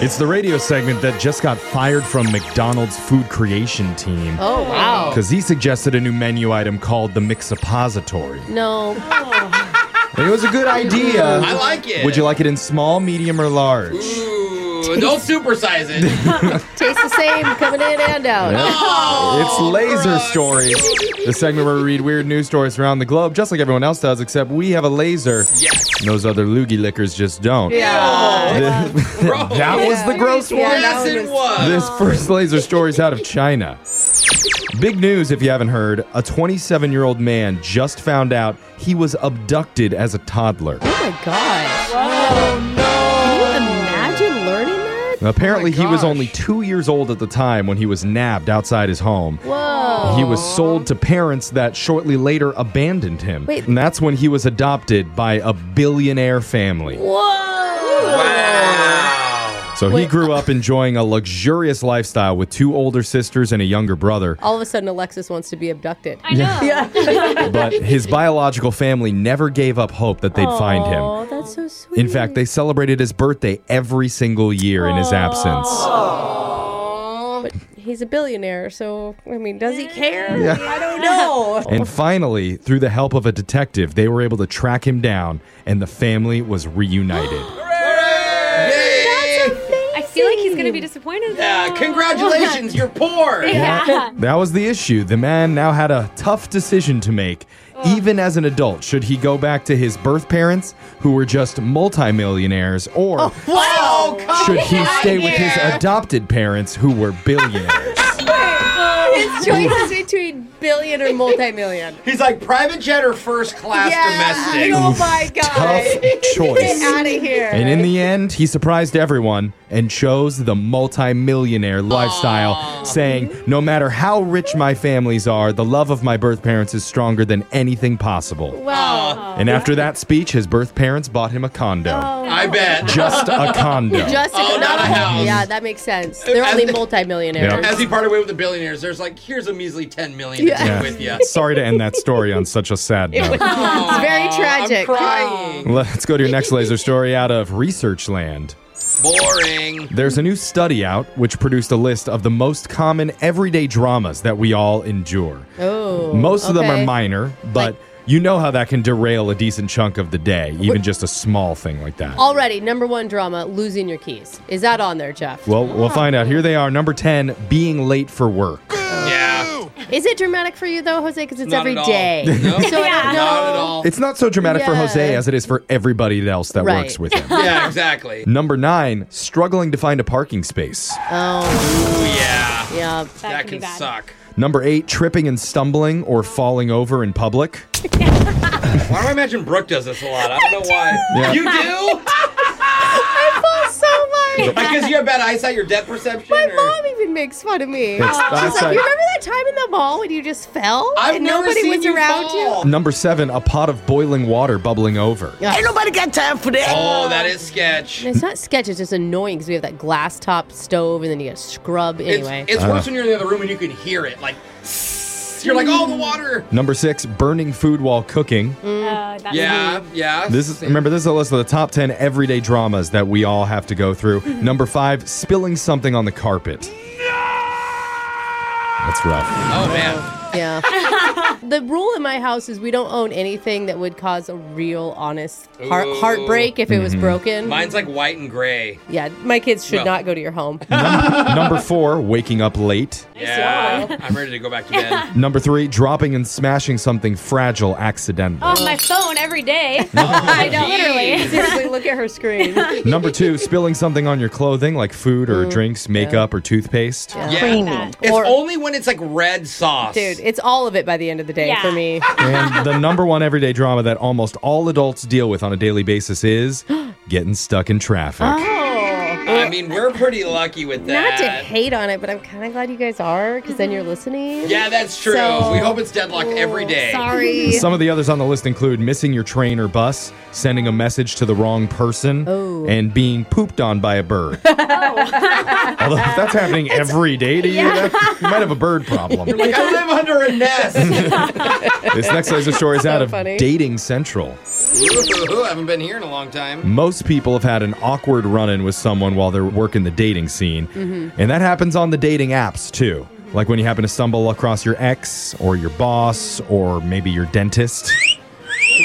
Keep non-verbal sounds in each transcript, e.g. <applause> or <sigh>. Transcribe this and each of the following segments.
It's the radio segment that just got fired from McDonald's food creation team. Oh, wow. Because he suggested a new menu item called the Mixopository. No. It was a good idea. I like it. Would you like it in small, medium, or large? Ooh, don't supersize it. Tastes the same coming in and out. Yeah. it's Oh, Laser Stories, the segment where we read weird news stories from around the globe, just like everyone else does, except we have a laser. yes. And those other loogie liquors just don't. <laughs> Yeah. Oh, Bro. That was the gross one. Yeah, Yes, that it was- was. This first laser story is out of China. Big news if you haven't heard a 27 year old man just found out he was abducted as a toddler. Oh my gosh. Can you imagine learning that? Apparently, he was gosh. only two years old at the time when he was nabbed outside his home. Whoa. He was sold to parents that shortly later abandoned him. Wait. And that's when he was adopted by a billionaire family. Whoa. Wow. So he grew up enjoying a luxurious lifestyle with two older sisters and a younger brother. All of a sudden, Alexis wants to be abducted. I know. Oh But <laughs> his biological family never gave up hope that they'd find him. Oh, that's so sweet. In fact, they celebrated his birthday every single year in his absence. But he's a billionaire, so, I mean, does he care? I don't <laughs> know. And finally, through the help of a detective, they were able to track him down, and the family was <gasps> reunited. I feel like he's gonna be disappointed. Yeah, though. congratulations, you're poor. <laughs> Yeah. That was the issue. The man now had a tough decision to make. Even as an adult, should he go back to his birth parents, who were just multimillionaires, or Oh, come should <laughs> he on stay with his uh, here. adopted parents, who were billionaires? His choice is between billion or multi-million. He's like private jet or first class domestic. <laughs> Oh my god. tough choice. Get out <laughs> of here. And in the end, he surprised everyone and chose the multimillionaire lifestyle, saying, No matter how rich my families are, the love of my birth parents is stronger than anything possible. wow. And after that speech, his birth parents bought him a condo. I bet. Just <laughs> a condo. Oh. Just Oh, not a house. Yeah, that makes sense. They're As only the- multi-millionaires. Yeah. As he parted away with the billionaires, there's like, here's a measly 10 million to Yeah. take <laughs> Yeah. with you. Sorry to end that story on such a sad note. It's very tragic. I'm crying. Let's go to your next laser story out of Research Land. Boring. There's a new study out which produced a list of the most common everyday dramas that we all endure. Oh. Most of them okay. are minor, but you know how that can derail a decent chunk of the day, even just a small thing like that. Already, number one drama, losing your keys. Is that on there, Jeff? Well, we'll find out. Here they are. Number 10, being late for work. Yeah. Is it dramatic for you though, Jose? Because it's Not every at all. day. <laughs> Nope. <laughs> So I Yeah. Not don't know. at all. It's not so dramatic for Yeah. Jose as it is for everybody else that Right. works with him. <laughs> Yeah, <laughs> exactly. Number 9, struggling to find a parking space. Oh, Ooh, yeah. yeah. That, That can, be can bad. suck. Number 8, tripping and stumbling or falling over in public. Why do I imagine Brooke does this a lot? I don't know why. Yeah. You do? Oh, So much. Because you have bad eyesight, your depth perception? My or- mom even makes fun of me. It's- She's that's like, like- you remember that time in the mall when you just fell I've and never nobody seen was you around fall. you? Number 7, a pot of boiling water bubbling over. Ain't nobody got time for that. Oh, that is sketch. It's not sketch. It's just annoying because we have that glass top stove and then you got to scrub anyway. It's, it's worse when you're in the other room and you can hear it. Like, you're like, oh, the water. Number 6, burning food while cooking. Uh, that Yeah, would be- yeah. This is remember this is a list of the top 10 everyday dramas that we all have to go through. Number 5, spilling something on the carpet. That's rough. Oh, man. <laughs> <laughs> yeah. the rule in my house is we don't own anything that would cause a real, honest heart- Ooh. heartbreak if it was broken. Mine's like white and gray. yeah, my kids should No. not go to your home. Number 4, waking up late. Yeah. I'm ready to go back to <laughs> bed. Number 3, dropping and smashing something fragile accidentally. On my phone every day. <laughs> I know, literally. <laughs> Seriously, look at her <laughs> screen. Number 2, spilling something on your clothing like food or drinks, makeup or toothpaste. Yeah. Creamy. It's Or- only when it's like red sauce. Dude, it's all of it by the end of the day Yeah. for me. And the number 1 everyday drama that almost all adults deal with on a daily basis is getting stuck in traffic. Oh. I mean, we're pretty lucky with that. Not to hate on it, but I'm kind of glad you guys are because then you're Mm-hmm. listening. Yeah, that's true. So- we hope it's deadlocked every day. Sorry. <laughs> Some of the others on the list include missing your train or bus, sending a message to the wrong person, Oh. and being pooped on by a <laughs> bird. Oh. <laughs> Although if that's happening every day to you, that, you might have a bird <laughs> problem. Like, I live under a nest. this next laser story is out of funny. Dating Central. Ooh, I haven't been here in a long time. Most people have had an awkward run in with someone while they're working the dating scene. Mm-hmm. And that happens on the dating apps too. Like when you happen to stumble across your ex or your boss or maybe your dentist. <laughs>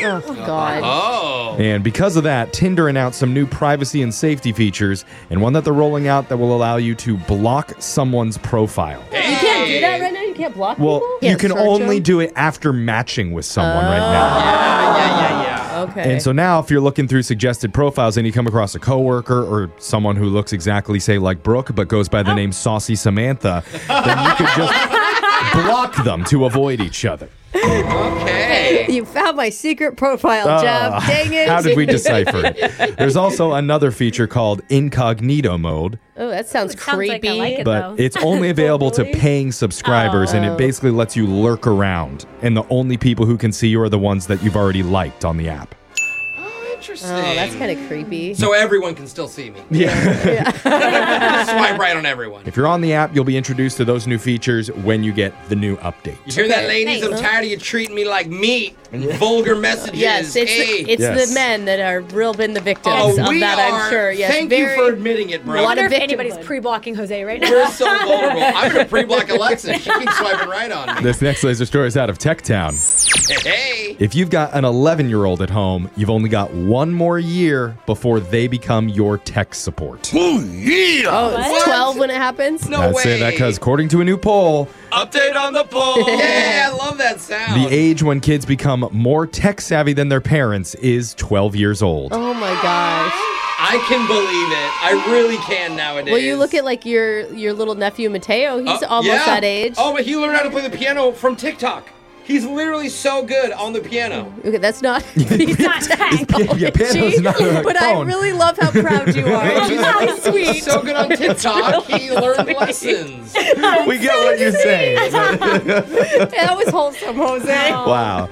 Oh, God. Oh. And because of that, Tinder announced some new privacy and safety features and one that they're rolling out that will allow you to block someone's profile. Hey. can't do that right now. You can't block Well, people. Yeah, you can search only 'em. do it after matching with someone right Oh, now. Yeah, yeah, yeah, yeah. Okay. And so now, if you're looking through suggested profiles and you come across a coworker or someone who looks exactly, say, like Brooke, but goes by the name Saucy Samantha, then you could <laughs> just block them to avoid each other. Okay. You found my secret profile, Jeff. Ah, Dang it. How did we decipher it? There's also another feature called incognito mode, <laughs> Oh, that sounds sounds like I creepy. like it. but Though. it's only available to paying subscribers, and it basically lets you lurk around. And the only people who can see you are the ones that you've already liked on the app. Oh, interesting. Oh, that's kind of creepy. So everyone can still see me. Yeah. <laughs> Swipe right on everyone. <laughs> If you're on the app, you'll be introduced to those new features when you get the new update. You hear that, ladies? I'm tired of you treating me like meat and vulgar messages. Yes, it's, hey. the, it's Yes. the men that are real been the victims oh, of we that, are. I'm sure. Yes, Thank very, you for admitting it, bro. What I wonder if victim anybody's would. pre-blocking Jose right now. We're so vulnerable. I'm gonna pre-block Alexa. She keeps swiping right on me. This next laser story is out of Tech Town. Hey. If you've got an 11 year old at home, you've only got one more year before they become your tech support. Oh, it's What? 12 when it happens? No That's way. it, because according to a new poll, Update on the poll. yeah, I love that sound. the age when kids become more tech savvy than their parents is 12 years old. Oh, my gosh. I can believe it. I really can nowadays. Well, you look at like your your little nephew Mateo. He's Uh, almost yeah. that age. Oh, but he learned how to play the piano from TikTok. He's literally so good on the <laughs> piano. Okay, <laughs> that's not. he's not tech. Yeah, yeah, piano's not a but I phone. really love how proud <laughs> you are. She's so <laughs> He's sweet. so <laughs> good on TikTok. he learned lessons. we get what you're saying. that was wholesome, Jose. Wow.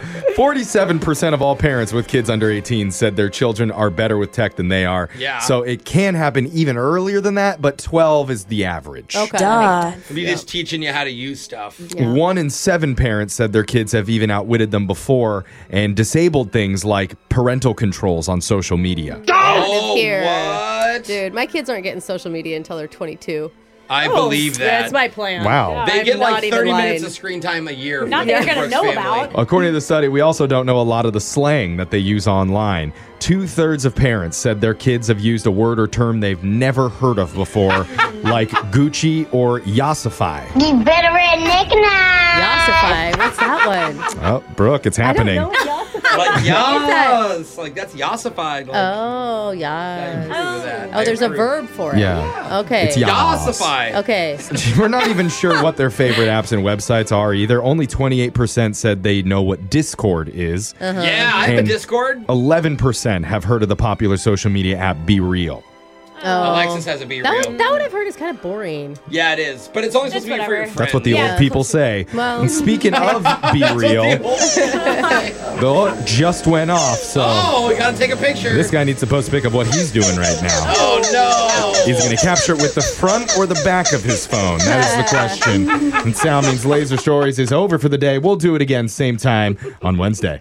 47% of all parents with kids under 18 said their children are better with tech than they are. Yeah. So it can happen even earlier than that, but 12 is the average. Okay. Duh. He's just teaching you how to use stuff. Yeah. One in seven parents said their kids have even outwitted them before and disabled things like parental controls on social media. Oh, here. what? Dude, Oh, my kids aren't getting social media until they're 22. I believe that. That's my plan. Wow. they I'm get not like even 30 minutes lying. of screen time a year. Not from that you're Brooke's gonna know family. about. According to the study, we also don't know a lot of the slang that they use online. Two thirds of parents said their kids have used a word or term they've never heard of before, like Gucci or Yassify. You better redneck now. Yassify. What's that one? Oh, Brooke, it's happening. <laughs> <laughs> Like, yas. like, that's yassified. Like, I Oh, agree with yeah. that. Oh, I there's a agree. verb for it. Yeah. <laughs> Okay. It's yass. Yassified. Okay. We're not even sure what their favorite apps and websites are either. Only 28% said they know what Discord is. Yeah, I have And- a Discord. 11% have heard of the popular social media app Be Real. Oh. Alexis has a Be that, Real. one, that one I've heard is kind of boring. yeah, it is. But it's only supposed to be That's for your whatever. friends. That's what the Yeah. old people say. Well- and speaking of Be Real, the alert just went off, so oh, we gotta take a picture. this guy needs to post a pic of what he's doing right now. Oh no! He's going to capture it with the front or the back of his phone. That is the question. And Sound Means Laser Stories is over for the day. We'll do it again, same time on Wednesday.